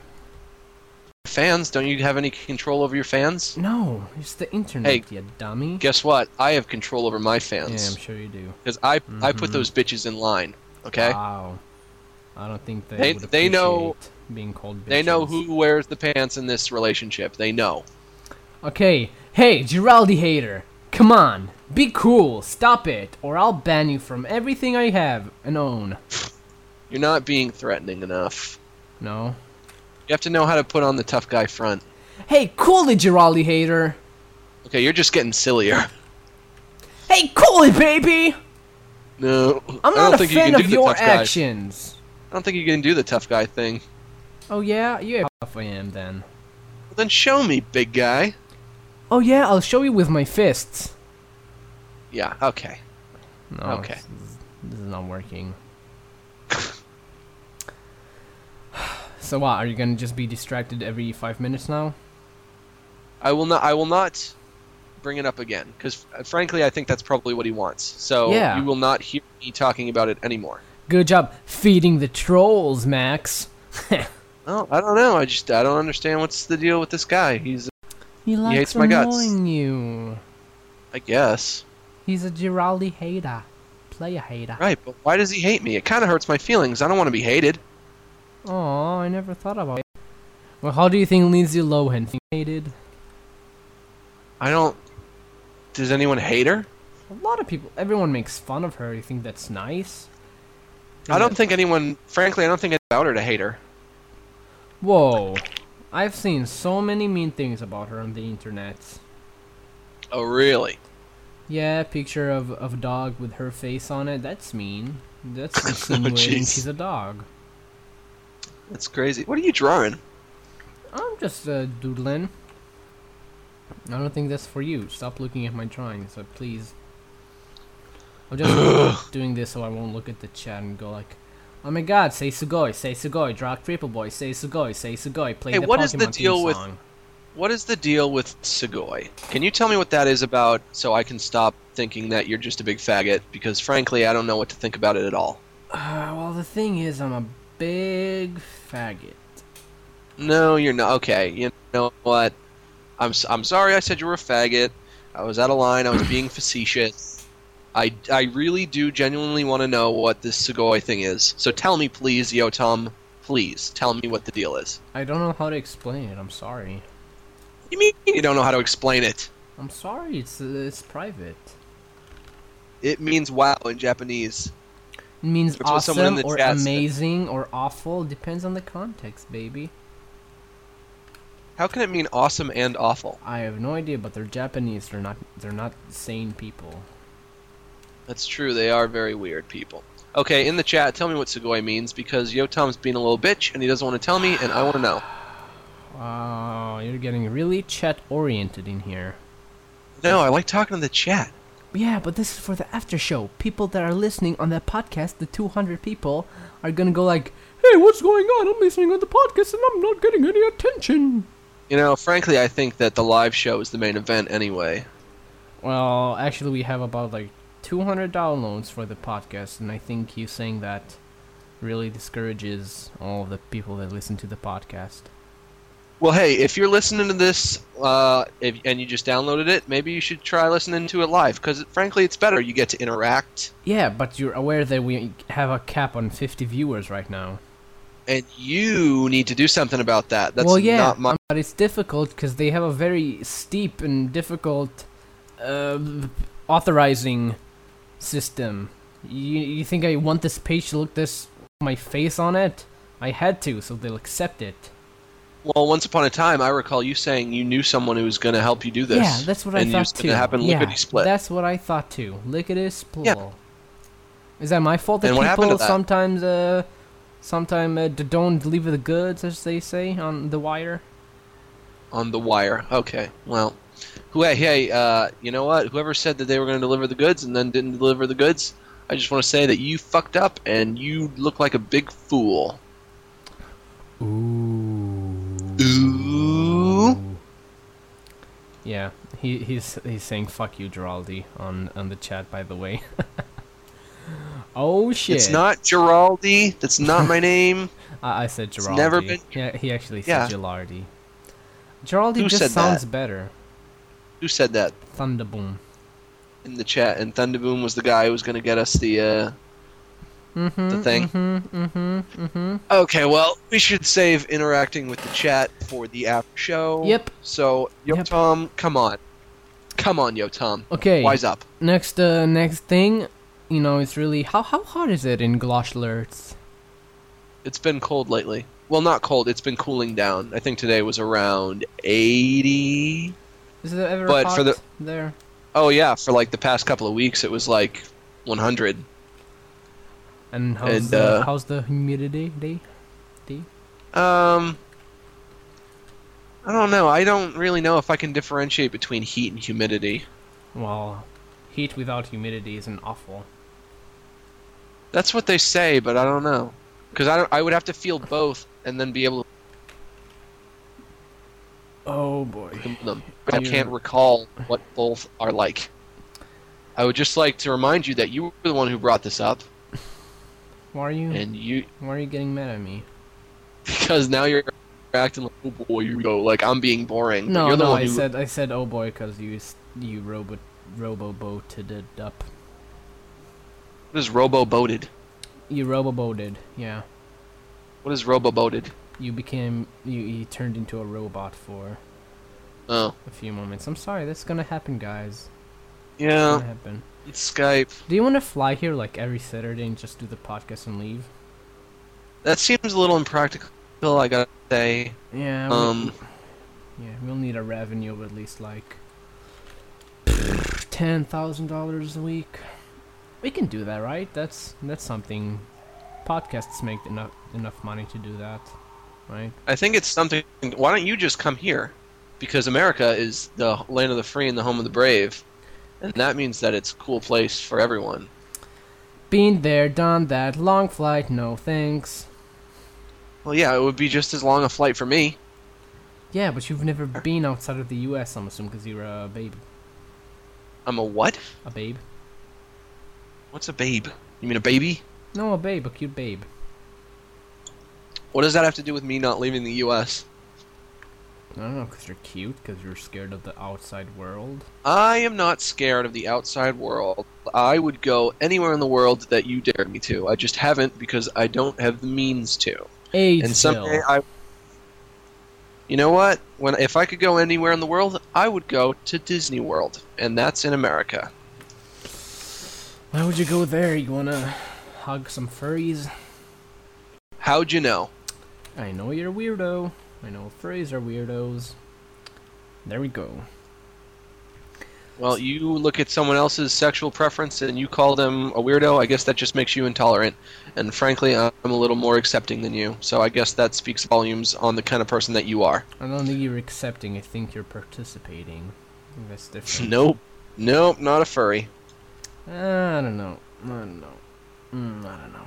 Speaker 4: Fans, don't you have any control over your fans?
Speaker 3: No, it's the internet, you dummy.
Speaker 4: Guess what? I have control over my
Speaker 3: yeah,
Speaker 4: fans.
Speaker 3: I'm sure you do.
Speaker 4: because I I
Speaker 3: Mhm.
Speaker 4: put those bitches in line. Okay,
Speaker 3: Wow. I don't think they
Speaker 4: They-
Speaker 3: would
Speaker 4: they know-
Speaker 3: appreciate being called.
Speaker 4: they know
Speaker 3: bitches.
Speaker 4: who wears the pants in this relationship. They know.
Speaker 3: Okay, hey, Giraldi hater, come on, be cool, stop it, or I'll ban you from everything I have and own.
Speaker 4: You're not being threatening enough.
Speaker 3: No.
Speaker 4: You have to know how to put on the tough guy front.
Speaker 3: Hey, cool it, Giraldi hater.
Speaker 4: Okay, you're just getting sillier.
Speaker 3: Hey, cool it, baby.
Speaker 4: No,
Speaker 3: I'm
Speaker 4: I
Speaker 3: not
Speaker 4: don't
Speaker 3: a
Speaker 4: think
Speaker 3: fan
Speaker 4: you can
Speaker 3: of
Speaker 4: do
Speaker 3: your
Speaker 4: the tough guy.
Speaker 3: actions.
Speaker 4: I don't think you can do the tough guy thing.
Speaker 3: Oh yeah, yeah, off I am then.
Speaker 4: Well, then show me, big guy.
Speaker 3: Oh yeah, I'll show you with my fists.
Speaker 4: Yeah. Okay.
Speaker 3: No,
Speaker 4: Okay.
Speaker 3: This is, this is not working. so what? Are you gonna just be distracted every five minutes now?
Speaker 4: I will not. I will not bring it up again because, frankly, I think that's probably what he wants. So
Speaker 3: Yeah.
Speaker 4: you will not hear me talking about it anymore.
Speaker 3: Good job feeding the trolls, Max.
Speaker 4: Oh, I don't know. I just I don't understand what's the deal with this guy. He's
Speaker 3: He likes
Speaker 4: hates my guts.
Speaker 3: annoying you.
Speaker 4: I guess.
Speaker 3: He's a Giraldi hater, player hater.
Speaker 4: Right, but why does he hate me? It kind of hurts my feelings. I don't want to be hated.
Speaker 3: Oh, I never thought about it. Well, how do you think Lindsay Lohan think hated?
Speaker 4: I don't. Does anyone hate her?
Speaker 3: A lot of people, everyone makes fun of her. You think that's nice?
Speaker 4: I don't
Speaker 3: Yeah.
Speaker 4: think anyone. Frankly, I don't think it's about her to hate her.
Speaker 3: Whoa. I've seen so many mean things about her on the internet.
Speaker 4: Oh, really?
Speaker 3: Yeah, picture of, of a dog with her face on it. That's mean. That's insinuating
Speaker 4: jeez.
Speaker 3: she's a dog.
Speaker 4: That's crazy. What are you drawing?
Speaker 3: I'm just uh, doodling. I don't think that's for you. Stop looking at my drawings, uh, please. I'm just doing this so I won't look at the chat and go like, "Oh my God, say sugoi, say sugoi, draw triple boy, say sugoi, say sugoi, play
Speaker 4: Hey,
Speaker 3: the
Speaker 4: what
Speaker 3: Pokemon
Speaker 4: is the deal
Speaker 3: theme
Speaker 4: with-
Speaker 3: song."
Speaker 4: What is the deal with Segoy? Can you tell me what that is about so I can stop thinking that you're just a big faggot? Because frankly, I don't know what to think about it at all.
Speaker 3: Uh, well, the thing is, I'm a big faggot.
Speaker 4: No, you're not. Okay, you know what? I'm s- I'm sorry. I said you were a faggot. I was out of line. I was being facetious. I, I really do genuinely want to know what this Sugoi thing is. So tell me, please, Yo Tom. Please tell me what the deal is.
Speaker 3: I don't know how to explain it. I'm sorry.
Speaker 4: You mean you don't know how to explain it?
Speaker 3: I'm sorry. It's uh, it's private.
Speaker 4: It means wow in Japanese.
Speaker 3: It means
Speaker 4: That's what someone in
Speaker 3: awesome
Speaker 4: the
Speaker 3: or
Speaker 4: chat said.
Speaker 3: amazing or awful. Depends on the context, baby.
Speaker 4: How can it mean awesome and awful?
Speaker 3: I have no idea, but they're Japanese. They're not. They're not sane people.
Speaker 4: That's true. They are very weird people. Okay, in the chat, tell me what Sugoi means because Yo Tom's being a little bitch and he doesn't want to tell me, and I want to know.
Speaker 3: Wow, you're getting really chat oriented in here.
Speaker 4: No, I like talking to the chat.
Speaker 3: Yeah, but this is for the after show. People that are listening on that podcast, the 200 people, are gonna go like, "Hey, what's going on? I'm listening on the podcast and I'm not getting any attention."
Speaker 4: You know, frankly, I think that the live show is the main event anyway.
Speaker 3: Well, actually, we have about like 200 downloads for the podcast, and I think you saying that really discourages all the people that listen to the podcast.
Speaker 4: Well, hey, if you're listening to this uh, if, and you just downloaded it, maybe you should try listening to it live because, frankly, it's better. You get to interact,
Speaker 3: Yeah, but you're aware that we have a cap on 50 viewers right now.
Speaker 4: and you need to do something about that. That's
Speaker 3: well, yeah,
Speaker 4: not my.
Speaker 3: um, but it's difficult because they have a very steep and difficult uh, authorizing system. You, you think I want this page to look this my face on it? I had to, so they'll accept it.
Speaker 4: Well, once upon a time, I recall you saying you knew someone who was going to help you do this.
Speaker 3: Yeah, that's what I
Speaker 4: and
Speaker 3: thought
Speaker 4: it's
Speaker 3: too.
Speaker 4: going to happen
Speaker 3: yeah,
Speaker 4: lickety split.
Speaker 3: That's what I thought too. Lickety split. Is that my fault that
Speaker 4: And what happened
Speaker 3: people
Speaker 4: to that?
Speaker 3: sometimes uh sometimes uh, d- don't deliver the goods as they say on the wire?
Speaker 4: on the wire. Okay, well, who- hey, hey, uh, you know what? Whoever said that they were going to deliver the goods and then didn't deliver the goods, I just want to say that you fucked up and you look like a big fool. Ooh.
Speaker 3: Yeah. He he's he's saying fuck you Giraldi on on the chat by the way. oh shit.
Speaker 4: It's not Giraldi. That's not my name.
Speaker 3: I, I said Giraldi.
Speaker 4: never been-
Speaker 3: Yeah, he actually said
Speaker 4: Yeah.
Speaker 3: Giraldi. Giraldi
Speaker 4: Who
Speaker 3: just
Speaker 4: said that?
Speaker 3: sounds better.
Speaker 4: Who said that
Speaker 3: Thunderboom.
Speaker 4: in the chat? And Thunderboom was the guy who was going to get us the. Uh...
Speaker 3: Mm-hmm,
Speaker 4: thing?
Speaker 3: Mm-hmm, mm-hmm, mm-hmm.
Speaker 4: Okay, well, we should save interacting with the chat for the after show.
Speaker 3: Yep.
Speaker 4: So, Yo
Speaker 3: Yep.
Speaker 4: Tom, come on, come on, Yo Tom,
Speaker 3: Okay.
Speaker 4: wise up.
Speaker 3: Next, uh, next thing, you know, it's really how how hot is it in Gloschlerz?
Speaker 4: It's been cold lately. Well, not cold. It's been cooling down. I think today was around 80.
Speaker 3: Is it ever
Speaker 4: But
Speaker 3: hot
Speaker 4: for the-
Speaker 3: there?
Speaker 4: Oh yeah, for like the past couple of weeks, it was like 100.
Speaker 3: And how's
Speaker 4: And,
Speaker 3: the
Speaker 4: uh,
Speaker 3: how's the humidity day?
Speaker 4: Um, I don't know. I don't really know if I can differentiate between heat and humidity.
Speaker 3: Well, heat without humidity isn't awful.
Speaker 4: That's what they say, but I don't know because I don't, I would have to feel both and then be able to
Speaker 3: Oh boy.
Speaker 4: feel them. But I
Speaker 3: Yeah.
Speaker 4: can't recall what both are like. I would just like to remind you that you were the one who brought this up,
Speaker 3: Why are you
Speaker 4: and you
Speaker 3: why are you getting mad at me?
Speaker 4: because now you're acting like oh boy you go like I'm being boring. but
Speaker 3: No,
Speaker 4: you're the
Speaker 3: no,
Speaker 4: one
Speaker 3: I
Speaker 4: who,
Speaker 3: said I said oh boy because you s- you robo robo boated it up.
Speaker 4: what is robo boated?
Speaker 3: You robo boated, yeah.
Speaker 4: What is robo boated?
Speaker 3: You became you, you turned into a robot for
Speaker 4: Oh
Speaker 3: a few moments. I'm sorry, that's gonna happen, guys. It's
Speaker 4: yeah,
Speaker 3: gonna happen.
Speaker 4: it's Skype.
Speaker 3: Do you want to fly here like every Saturday and just do the podcast and leave?
Speaker 4: That seems a little impractical. I gotta say.
Speaker 3: Yeah.
Speaker 4: Um,
Speaker 3: we, yeah, we'll need a revenue of at least like ten thousand dollars a week. We can do that, right? That's that's something. Podcasts make enough enough money to do that, right?
Speaker 4: I think it's something. Why don't you just come here? Because America is the land of the free and the home of the brave, and that means that it's a cool place for everyone.
Speaker 3: Been there, done that. Long flight, no thanks.
Speaker 4: Well, yeah, it would be just as long a flight for me.
Speaker 3: Yeah, but you've never been outside of the U.S. I'm assuming because you're a babe,
Speaker 4: I'm a what?
Speaker 3: a babe.
Speaker 4: What's a babe? You mean a baby?
Speaker 3: No, a babe, a cute babe.
Speaker 4: What does that have to do with me not leaving the U.S.?
Speaker 3: I don't know, because you're cute, because you're scared of the outside world.
Speaker 4: I am not scared of the outside world. I would go anywhere in the world that you dare me to. I just haven't because I don't have the means to.
Speaker 3: AIDS
Speaker 4: and
Speaker 3: Phil.
Speaker 4: someday I You know what? When if I could go anywhere in the world, I would go to Disney World, and that's in America.
Speaker 3: Why would you go there? You wanna hug some furries?
Speaker 4: How'd you know?
Speaker 3: I know you're a weirdo. I know furries are weirdos. There we go.
Speaker 4: Well, you look at someone else's sexual preference and you call them a weirdo. I guess that just makes you intolerant. And frankly, I'm a little more accepting than you. So I guess that speaks volumes on the kind of person that you are.
Speaker 3: I don't think you're accepting. I think you're participating. I think That's different.
Speaker 4: Nope. Nope, not a furry.
Speaker 3: I don't know. I don't know. Mm, I don't know.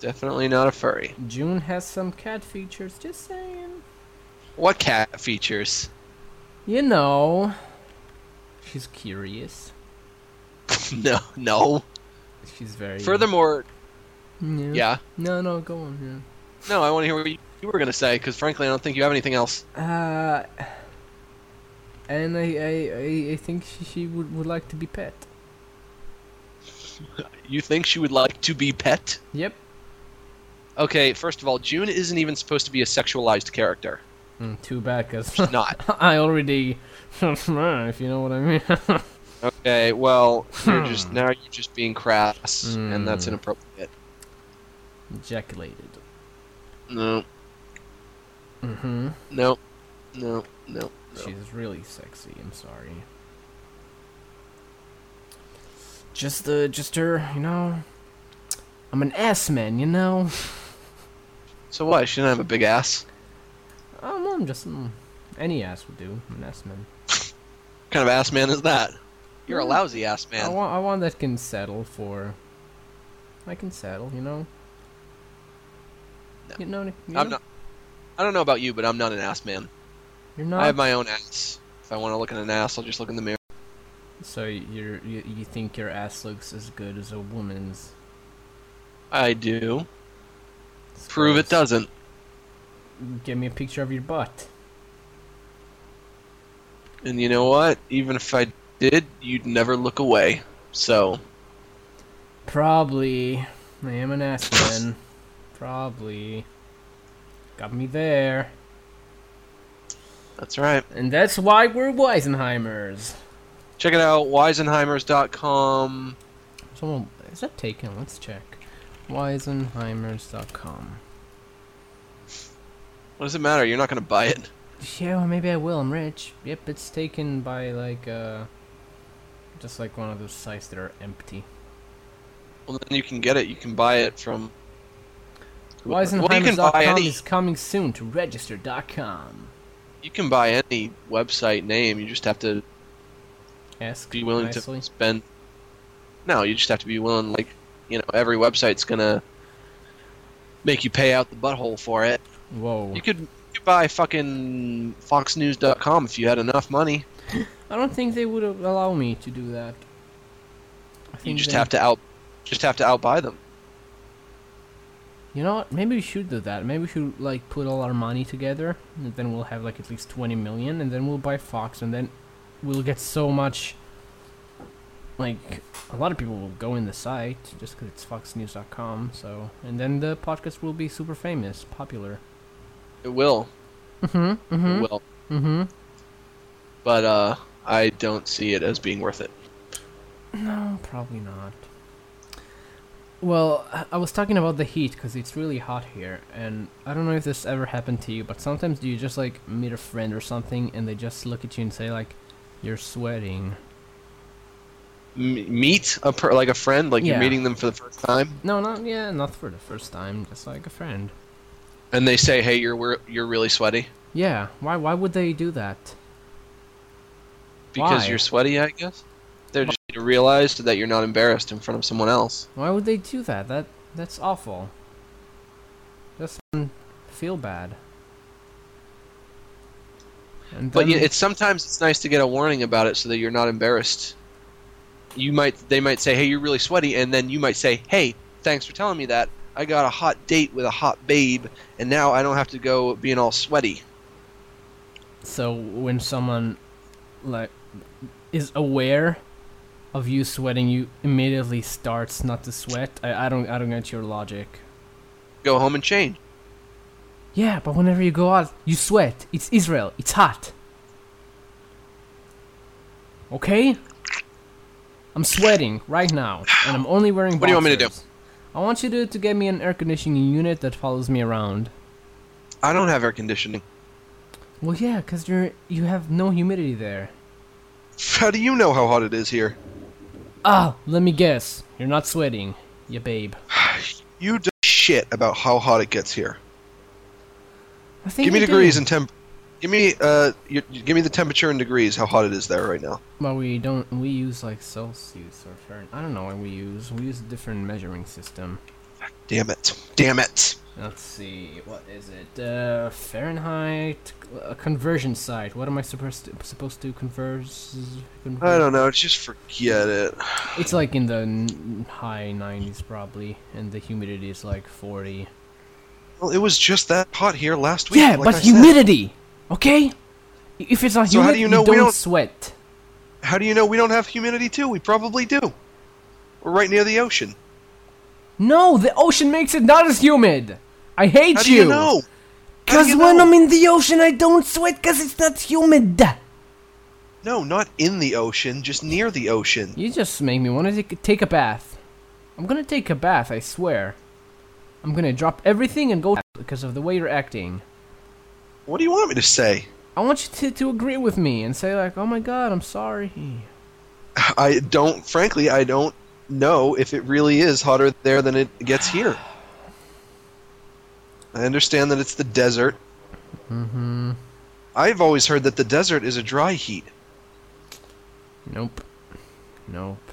Speaker 4: Definitely not a furry.
Speaker 3: June has some cat features. Just saying.
Speaker 4: What cat features?
Speaker 3: You know, she's curious.
Speaker 4: no, no.
Speaker 3: She's very.
Speaker 4: Furthermore, yeah.
Speaker 3: No, no, go on.
Speaker 4: No, I want to hear what you you were going to say because frankly, I don't think you have anything else.
Speaker 3: Yeah. Uh, and I, I, I, I think she, she would, would like to be pet.
Speaker 4: You think she would like to be pet?
Speaker 3: Yep.
Speaker 4: Okay, first of all, June isn't even supposed to be a sexualized character.
Speaker 3: Mm, too bad, cause
Speaker 4: She's not.
Speaker 3: I already, if you know what I mean.
Speaker 4: Okay, well, you're just now you're just being crass, and that's
Speaker 3: Hmm.
Speaker 4: inappropriate.
Speaker 3: Ejaculated.
Speaker 4: No,
Speaker 3: Mm-hmm.
Speaker 4: no, no, no. no.
Speaker 3: She's really sexy. I'm sorry. Just the, just her, you know. I'm an ass man, you know.
Speaker 4: So what? She doesn't have a big ass.
Speaker 3: Um, I'm just mm, any ass would do. I'm an ass man.
Speaker 4: What kind of ass man is that? You're a lousy ass
Speaker 3: Hmm. I
Speaker 4: man.
Speaker 3: want, I want that can settle for. I can settle, you know.
Speaker 4: No.
Speaker 3: You know, you know?
Speaker 4: I'm not. I don't know about you, but I'm not an ass man.
Speaker 3: You're not.
Speaker 4: I have my own ass. If I want to look at an ass, I'll just look in the mirror.
Speaker 3: So you're, you you think your ass looks as good as a woman's?
Speaker 4: I do. Prove it doesn't.
Speaker 3: Give me a picture of your butt.
Speaker 4: And you know what? Even if I did, you'd never look away. So
Speaker 3: Probably. I am an ass man. Probably. Got me there.
Speaker 4: that's right.
Speaker 3: And that's why we're Weisenheimers.
Speaker 4: Check it out. Weisenheimers.com.
Speaker 3: Someone is that taken? Let's check. Weisenheimers.com.
Speaker 4: What does it matter? You're not going to buy it.
Speaker 3: Yeah, well, maybe I will. I'm rich. Yep, it's taken by like uh, just like one of those sites that are empty.
Speaker 4: Well, then you can get it. You can buy it from. Well, you can buy
Speaker 3: Weisenheimers.com
Speaker 4: any.
Speaker 3: is coming soon to register.com.
Speaker 4: You can buy any website name. You just have to
Speaker 3: Ask
Speaker 4: be willing
Speaker 3: nicely.
Speaker 4: to spend. No, you just have to be willing. Like, you know, every website's gonna make you pay out the butthole for it.
Speaker 3: Whoa.
Speaker 4: You could, you could buy fucking FoxNews.com if you had enough money.
Speaker 3: I don't think they would allow me to do that. I
Speaker 4: You
Speaker 3: think
Speaker 4: just
Speaker 3: they-
Speaker 4: have to out, just have to outbuy them.
Speaker 3: You know what? Maybe we should do that. Maybe we should like put all our money together, and then we'll have like at least twenty million, and then we'll buy Fox, and then we'll get so much. Like a lot of people will go in the site just because it's FoxNews.com. So, and then the podcast will be super famous, popular.
Speaker 4: It will.
Speaker 3: Mm-hmm.
Speaker 4: It
Speaker 3: Mm-hmm.
Speaker 4: will.
Speaker 3: Mm-hmm.
Speaker 4: But uh, I don't see it as being worth it.
Speaker 3: No, probably not. Well, I- I was talking about the heat because it's really hot here, and I don't know if this ever happened to you, but sometimes you just like meet a friend or something, and they just look at you and say like, "You're sweating."
Speaker 4: M- meet a per- like a friend, like
Speaker 3: Yeah.
Speaker 4: you're meeting them for the first time.
Speaker 3: No, not yeah, not for the first time, just like a friend.
Speaker 4: and they say, "Hey, you're we're, you're really sweaty
Speaker 3: Yeah, why why would they do that?
Speaker 4: because
Speaker 3: Why?
Speaker 4: you're sweaty." I guess they're just to realize that you're not embarrassed in front of someone else.
Speaker 3: Why would they do that? That that's awful. Just mm, feel bad. And
Speaker 4: But you,
Speaker 3: then-
Speaker 4: it's sometimes it's nice to get a warning about it so that you're not embarrassed. You might they might say, "Hey, you're really sweaty," and then you might say, "Hey, thanks for telling me that. I got a hot date with a hot babe, and now I don't have to go being all sweaty."
Speaker 3: So when someone like is aware of you sweating, you immediately starts not to sweat. I, I don't I don't get your logic.
Speaker 4: Go home and change.
Speaker 3: Yeah, but whenever you go out, you sweat. It's Israel. It's hot. Okay? I'm sweating right now, and I'm only wearing
Speaker 4: What do you want me to do?
Speaker 3: boxers. I want you to, to get me an air conditioning unit that follows me around.
Speaker 4: I don't have air conditioning.
Speaker 3: Well, yeah, because you're you have no humidity there.
Speaker 4: How do you know how hot it is here?
Speaker 3: Ah, let me guess. You're not sweating, you babe.
Speaker 4: You do shit about how hot it gets here.
Speaker 3: I think
Speaker 4: Give me
Speaker 3: I do.
Speaker 4: degrees and temp. Give me uh, your, give me the temperature in degrees. How hot it is there right now?
Speaker 3: Well, we don't. We use like Celsius or Fahrenheit. I don't know what we use. We use a different measuring system.
Speaker 4: Damn it! Damn it!
Speaker 3: Let's see. What is it? Uh, Fahrenheit uh, conversion site. What am I supposed to, supposed to converse? convert?
Speaker 4: I don't know. Just forget it.
Speaker 3: It's like in the n- high 90s probably, and the humidity is like 40.
Speaker 4: Well, it was just that hot here last week.
Speaker 3: Yeah,
Speaker 4: like
Speaker 3: but
Speaker 4: I said.
Speaker 3: humidity, okay? I- If it's not
Speaker 4: So how
Speaker 3: humid,
Speaker 4: do you know we
Speaker 3: don't
Speaker 4: don't-
Speaker 3: sweat.
Speaker 4: How do you know we don't have humidity too? We probably do. We're right near the ocean.
Speaker 3: No, the ocean makes it not as humid. I hate
Speaker 4: How do you know? How do
Speaker 3: Cause
Speaker 4: you
Speaker 3: when
Speaker 4: know?
Speaker 3: I'm in the ocean, I don't sweat cause it's not humid.
Speaker 4: No, not in the ocean, just near the ocean.
Speaker 3: You just make me want to take, take a bath. I'm gonna take a bath, I swear. I'm gonna drop everything and go because of the way you're acting.
Speaker 4: What do you want me to say?
Speaker 3: I want you to, to agree with me and say like, "Oh my God, I'm sorry."
Speaker 4: I don't, frankly, I don't know if it really is hotter there than it gets here. I understand that it's the desert.
Speaker 3: Mm-hmm.
Speaker 4: I've always heard that the desert is a dry heat.
Speaker 3: Nope. Nope.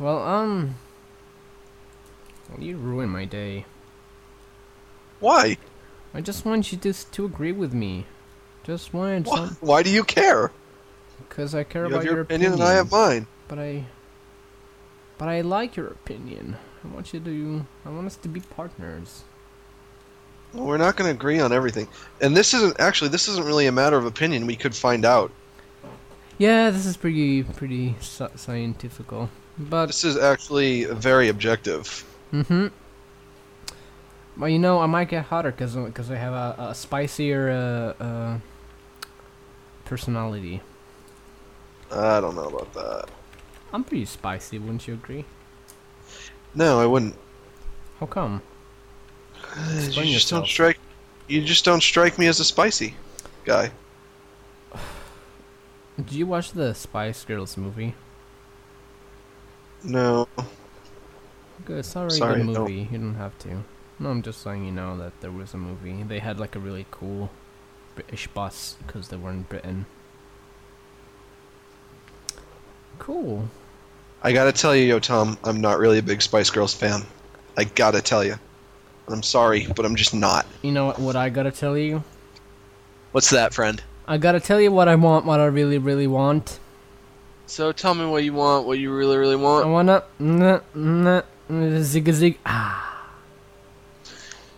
Speaker 3: Well, um. Well, you ruined my day.
Speaker 4: Why?
Speaker 3: I just want you to s- to agree with me. Just wanted
Speaker 4: Why,
Speaker 3: some
Speaker 4: why do you care?
Speaker 3: because I care
Speaker 4: You
Speaker 3: about
Speaker 4: have your
Speaker 3: opinion.
Speaker 4: opinion and I have mine.
Speaker 3: But I. But I like your opinion. I want you to. I want us to be partners.
Speaker 4: Well, we're not going to agree on everything. And this isn't, actually, this isn't really a matter of opinion. We could find out.
Speaker 3: Yeah, this is pretty pretty sci- scientifical. But
Speaker 4: This is actually very objective.
Speaker 3: mm-hmm. Well, you know, I might get hotter because because I have a, a spicier uh, uh, personality.
Speaker 4: I don't know about that.
Speaker 3: I'm pretty spicy, wouldn't you agree?
Speaker 4: No, I wouldn't.
Speaker 3: How come?
Speaker 4: You just
Speaker 3: Explain yourself.
Speaker 4: don't strike. You just don't strike me as a spicy guy.
Speaker 3: Did you watch the Spice Girls movie?
Speaker 4: No.
Speaker 3: Good, it's already
Speaker 4: Sorry,
Speaker 3: a good
Speaker 4: no.
Speaker 3: movie. You don't have to. No, I'm just letting you know that there was a movie. They had like a really cool British bus because they were in Britain. Cool.
Speaker 4: I gotta tell you, yo, Tom, I'm not really a big Spice Girls fan. I gotta tell you. I'm sorry, but I'm just not.
Speaker 3: You know what, what I gotta tell you?
Speaker 4: What's that, friend?
Speaker 3: I gotta tell you what I want, what I really, really want.
Speaker 4: So tell me what you want, what you really, really
Speaker 3: I
Speaker 4: want.
Speaker 3: wanna. Nah, nah, nah, zig zig. Ah.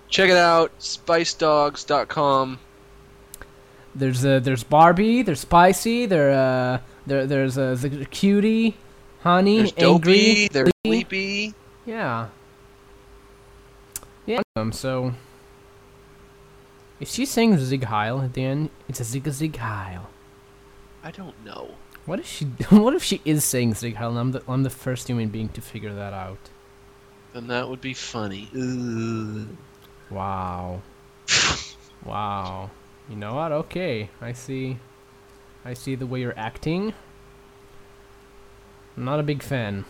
Speaker 4: Check it out, spicedogs.com.
Speaker 3: There's uh, there's Barbie, there's Spicy, there uh there there's uh, the cutie, honey,
Speaker 4: There's
Speaker 3: angry,
Speaker 4: Dopey, there's
Speaker 3: Lee.
Speaker 4: Sleepy.
Speaker 3: Yeah. Yeah. Um, so. If she's saying Zig Heil at the end, it's a Zig Zig Heil.
Speaker 4: I don't know.
Speaker 3: What if she? What if she is saying Zig Heil? And I'm the I'm the first human being to figure that out.
Speaker 4: Then that would be funny.
Speaker 3: Wow. wow. You know what? Okay, I see. I see the way you're acting. I'm not a big fan.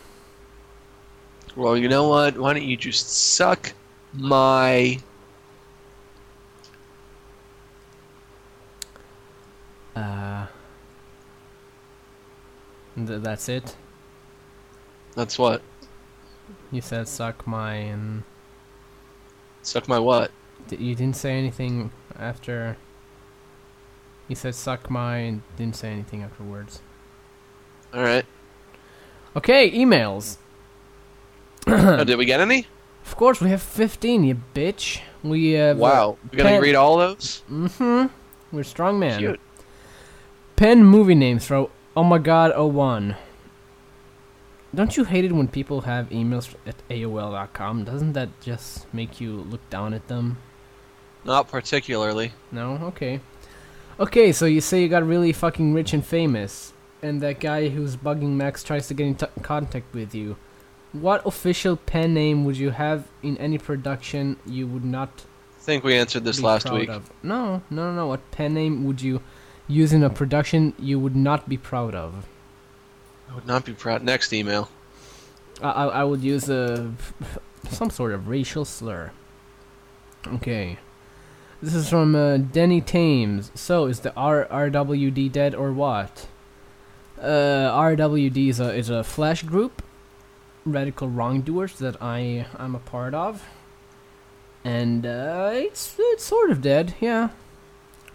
Speaker 4: Well, you know what? Why don't you just suck my
Speaker 3: Uh. Th- that's it.
Speaker 4: That's what?
Speaker 3: You said suck my and.
Speaker 4: Suck my what?
Speaker 3: D- you didn't say anything after. You said suck my and didn't say anything afterwards.
Speaker 4: All right.
Speaker 3: Okay, emails.
Speaker 4: Oh, did we get any?
Speaker 3: Of course, we have 15, you bitch. We have.
Speaker 4: Wow. We're gonna
Speaker 3: Pen-
Speaker 4: read all those.
Speaker 3: Mm hmm. We're strong man.
Speaker 4: Cute.
Speaker 3: Pen movie names from Oh My God 01. Don't you hate it when people have emails at AOL.com? Doesn't that just make you look down at them?
Speaker 4: Not particularly.
Speaker 3: No? Okay. Okay, so you say you got really fucking rich and famous, and that guy who's bugging Max tries to get in t- contact with you. What official pen name would you have in any production you would not
Speaker 4: I think we answered this
Speaker 3: be
Speaker 4: last
Speaker 3: proud
Speaker 4: week.
Speaker 3: of? No, no, no. What pen name would you using a production you would not be proud of.
Speaker 4: I would not be proud. Next email.
Speaker 3: I, I, I would use a some sort of racial slur. Okay. This is from uh, Denny Thames. So, is the R- RWD dead or what? Uh, RWD is a, is a flash group, radical wrongdoers that I am a part of, and uh, it's it's sort of dead. Yeah,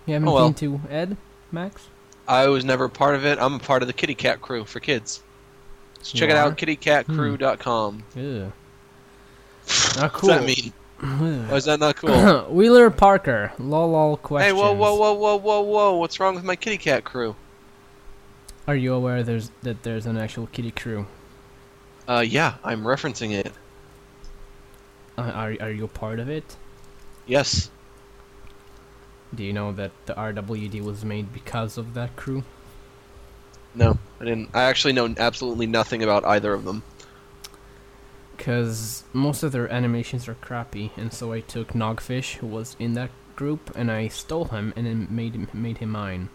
Speaker 3: you haven't
Speaker 4: Oh, well.
Speaker 3: been to Ed, Max.
Speaker 4: I was never a part of it. I'm a part of the Kitty Cat Crew for kids. So check
Speaker 3: You
Speaker 4: it
Speaker 3: are?
Speaker 4: out, kittycatcrew.com.
Speaker 3: Ew.
Speaker 4: What
Speaker 3: Not
Speaker 4: does that
Speaker 3: Ah, cool.
Speaker 4: mean? Why is that not cool?
Speaker 3: Wheeler Parker, lol lol
Speaker 4: Hey,
Speaker 3: questions.
Speaker 4: whoa, whoa, whoa, whoa, whoa, whoa! What's wrong with my kitty cat crew?
Speaker 3: Are you aware there's that there's an actual kitty crew?
Speaker 4: Uh, yeah, I'm referencing it.
Speaker 3: Uh, are are you a part of it?
Speaker 4: Yes,
Speaker 3: Do you know that the RWD was made because of that crew?
Speaker 4: no, I didn't. I actually know absolutely nothing about either of them.
Speaker 3: Because most of their animations are crappy, and so I took Nogfish, who was in that group, and I stole him and then made him, made him mine.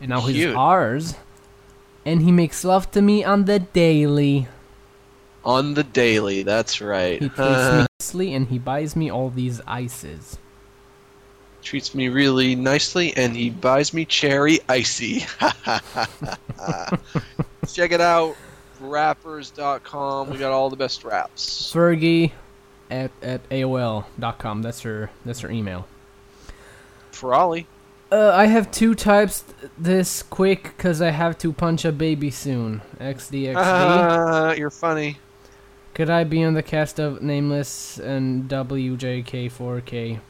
Speaker 3: And now he's
Speaker 4: Cute.
Speaker 3: ours, and he makes love to me on the daily.
Speaker 4: On the daily, that's right.
Speaker 3: He treats me nicely, and he buys me all these ices.
Speaker 4: treats me really nicely, and he buys me cherry icy. Check it out, rappers.com. We got all the best raps.
Speaker 3: Fergie at, at AOL.com. That's her, that's her email.
Speaker 4: For Ollie,
Speaker 3: Uh, I have two types th- this quick because I have to punch a baby soon. XDXD.
Speaker 4: Ah, you're funny.
Speaker 3: Could I be on the cast of Nameless and WJK4K?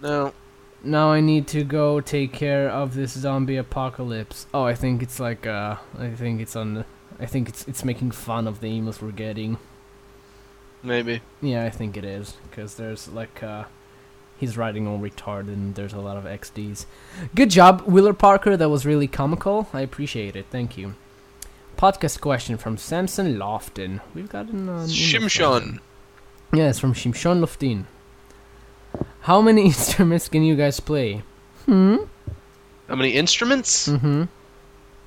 Speaker 4: No,
Speaker 3: Now I need to go take care of this zombie apocalypse. Oh, I think it's like uh, I think it's on. The, I think it's it's making fun of the emails we're getting.
Speaker 4: maybe.
Speaker 3: Yeah, I think it is because there's like uh, he's writing all retarded and there's a lot of XDs. Good job, Wheeler Parker. That was really comical. I appreciate it. Thank you. Podcast question from Samson Lofton. We've gotten uh, an email from
Speaker 4: Shimshon.
Speaker 3: Yeah, it's from Shimshon Loftin. How many instruments can you guys play? Hmm?
Speaker 4: How many instruments?
Speaker 3: Mm-hmm.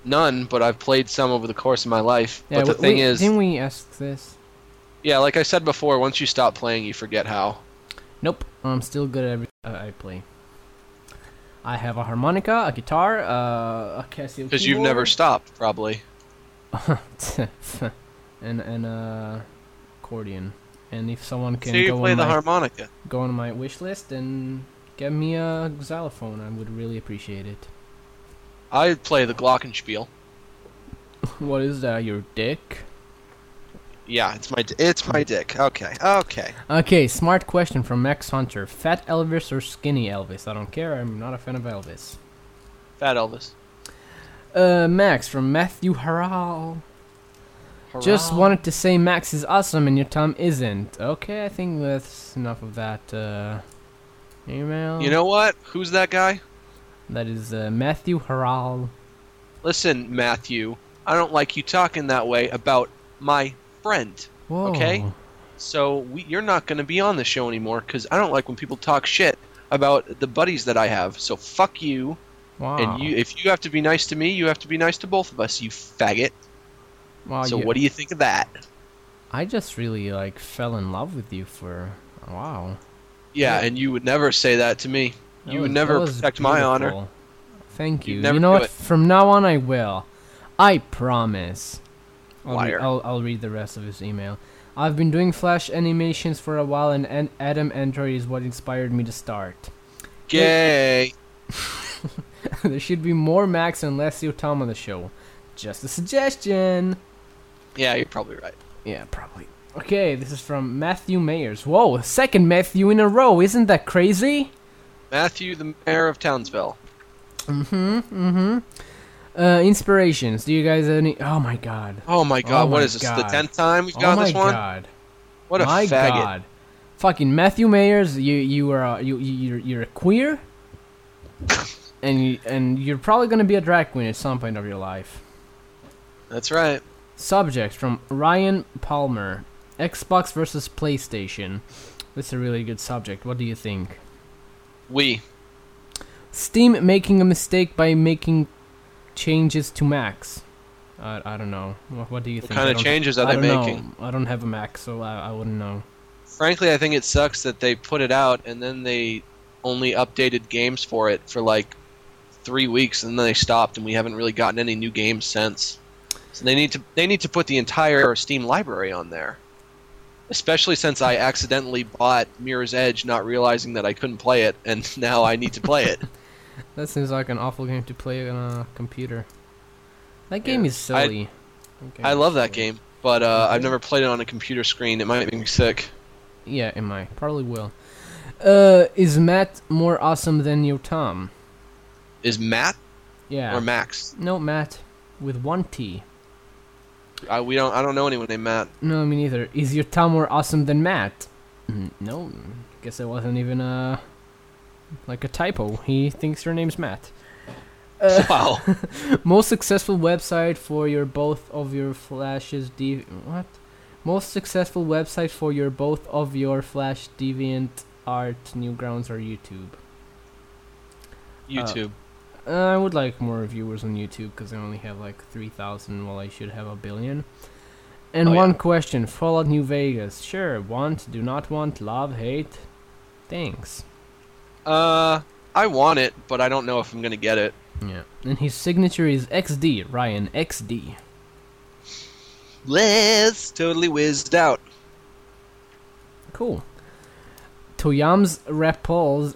Speaker 4: None, but I've played some over the course of my life.
Speaker 3: Yeah,
Speaker 4: but the
Speaker 3: w-
Speaker 4: thing
Speaker 3: we-
Speaker 4: is,
Speaker 3: didn't we ask this?
Speaker 4: yeah, like I said before, once you stop playing, you forget how.
Speaker 3: Nope, I'm still good at every uh, I play. I have a harmonica, a guitar, uh, a Casio keyboard,
Speaker 4: Because you've never stopped, probably.
Speaker 3: and and uh, accordion. And if someone can
Speaker 4: so you
Speaker 3: go,
Speaker 4: play
Speaker 3: on
Speaker 4: the
Speaker 3: my,
Speaker 4: harmonica.
Speaker 3: go on my wish list and get me a xylophone, I would really appreciate it.
Speaker 4: I play the glockenspiel.
Speaker 3: what is that? Your dick?
Speaker 4: Yeah, it's my d- it's my dick. Okay, okay.
Speaker 3: Okay, smart question from Max Hunter. Fat Elvis or skinny Elvis? I don't care. I'm not a fan of Elvis.
Speaker 4: Fat Elvis.
Speaker 3: Uh, Max from Matthew Harrell. Just wanted to say Max is awesome and your Tom isn't. Okay, I think that's enough of that uh, email.
Speaker 4: You know what? Who's that guy?
Speaker 3: that is uh, Matthew Harrell.
Speaker 4: Listen, Matthew. I don't like you talking that way about my friend.
Speaker 3: Whoa.
Speaker 4: Okay. So we, you're not going to be on the show anymore because I don't like when people talk shit about the buddies that I have. So fuck you.
Speaker 3: Wow.
Speaker 4: And you, if you have to be nice to me, you have to be nice to both of us, you faggot.
Speaker 3: wow,
Speaker 4: so
Speaker 3: you-
Speaker 4: what do you think of that?
Speaker 3: I just really like fell in love with you for. Wow.
Speaker 4: Yeah, and you would never say that to me.
Speaker 3: That
Speaker 4: you would
Speaker 3: was-
Speaker 4: never
Speaker 3: that was
Speaker 4: protect my honor.
Speaker 3: beautiful. Thank you.
Speaker 4: You'd
Speaker 3: You,
Speaker 4: never
Speaker 3: know
Speaker 4: do
Speaker 3: what?
Speaker 4: it.
Speaker 3: From now on, I will. I promise. I'll, re-
Speaker 4: Liar.
Speaker 3: I'll, I'll read the rest of his email. I've been doing Flash animations for a while, and An- Adam Android is what inspired me to start.
Speaker 4: Gay.
Speaker 3: there should be more Max and less Tom on the show. Just a suggestion.
Speaker 4: Yeah, you're probably right.
Speaker 3: Yeah, probably. Okay, this is from Matthew Mayers. Whoa, second Matthew in a row. Isn't that crazy?
Speaker 4: Matthew, the mayor of Townsville. Hmm,
Speaker 3: Mm-hmm. Mm-hmm. Uh, inspirations. Do you guys have any? Oh my god.
Speaker 4: Oh my god,
Speaker 3: Oh
Speaker 4: what
Speaker 3: my
Speaker 4: is this? The
Speaker 3: God.
Speaker 4: tenth time we've
Speaker 3: Oh
Speaker 4: gone
Speaker 3: my
Speaker 4: this one?
Speaker 3: god.
Speaker 4: What a
Speaker 3: my
Speaker 4: faggot.
Speaker 3: god. Fucking Matthew Mayers, you you are uh, you you- you're, you're a queer. and you, and you're probably going to be a drag queen at some point of your life.
Speaker 4: That's right.
Speaker 3: Subjects from Ryan Palmer. Xbox versus PlayStation. That's a really good subject. What do you think?
Speaker 4: We.
Speaker 3: Steam making a mistake by making changes to Macs. I, I don't know. What, what do you
Speaker 4: What
Speaker 3: think?
Speaker 4: kind
Speaker 3: I
Speaker 4: of
Speaker 3: don't-
Speaker 4: changes are
Speaker 3: I
Speaker 4: they
Speaker 3: don't know.
Speaker 4: making?
Speaker 3: I don't have a Mac, so I, I wouldn't know.
Speaker 4: Frankly, I think it sucks that they put it out and then they only updated games for it for like three weeks, and then they stopped, and we haven't really gotten any new games since. So they need to they need to put the entire Steam library on there. Especially since I accidentally bought Mirror's Edge, not realizing that I couldn't play it, and now I need to play it.
Speaker 3: That seems like an awful game to play on a computer. That game
Speaker 4: Yeah.
Speaker 3: is silly. Okay.
Speaker 4: I love that game, but uh, I've never played it on a computer screen. It might make me sick.
Speaker 3: Yeah, am I? Probably will. Uh, is Matt more awesome than your Tom?
Speaker 4: Is Matt
Speaker 3: Yeah.
Speaker 4: or Max?
Speaker 3: no, Matt, with one T.
Speaker 4: I, we don't. I don't know anyone named Matt.
Speaker 3: No, me neither. Is your Tom more awesome than Matt? Mm, No, guess it wasn't even uh like a typo. He thinks your name's Matt.
Speaker 4: wow.
Speaker 3: Most successful website for your both of your flashes dev what? Most successful website for your both of your flash deviant art newgrounds or YouTube.
Speaker 4: YouTube.
Speaker 3: Uh, I would like more viewers on YouTube because I only have like 3,000 while I should have a billion. And
Speaker 4: Oh,
Speaker 3: one
Speaker 4: yeah.
Speaker 3: question Fallout New Vegas. Sure, want, do not want, love, hate. Thanks.
Speaker 4: Uh, I want it, but I don't know if I'm gonna get it.
Speaker 3: Yeah. And his signature is XD, Ryan XD.
Speaker 4: Liz totally whizzed out.
Speaker 3: Cool. Toyam's Repul's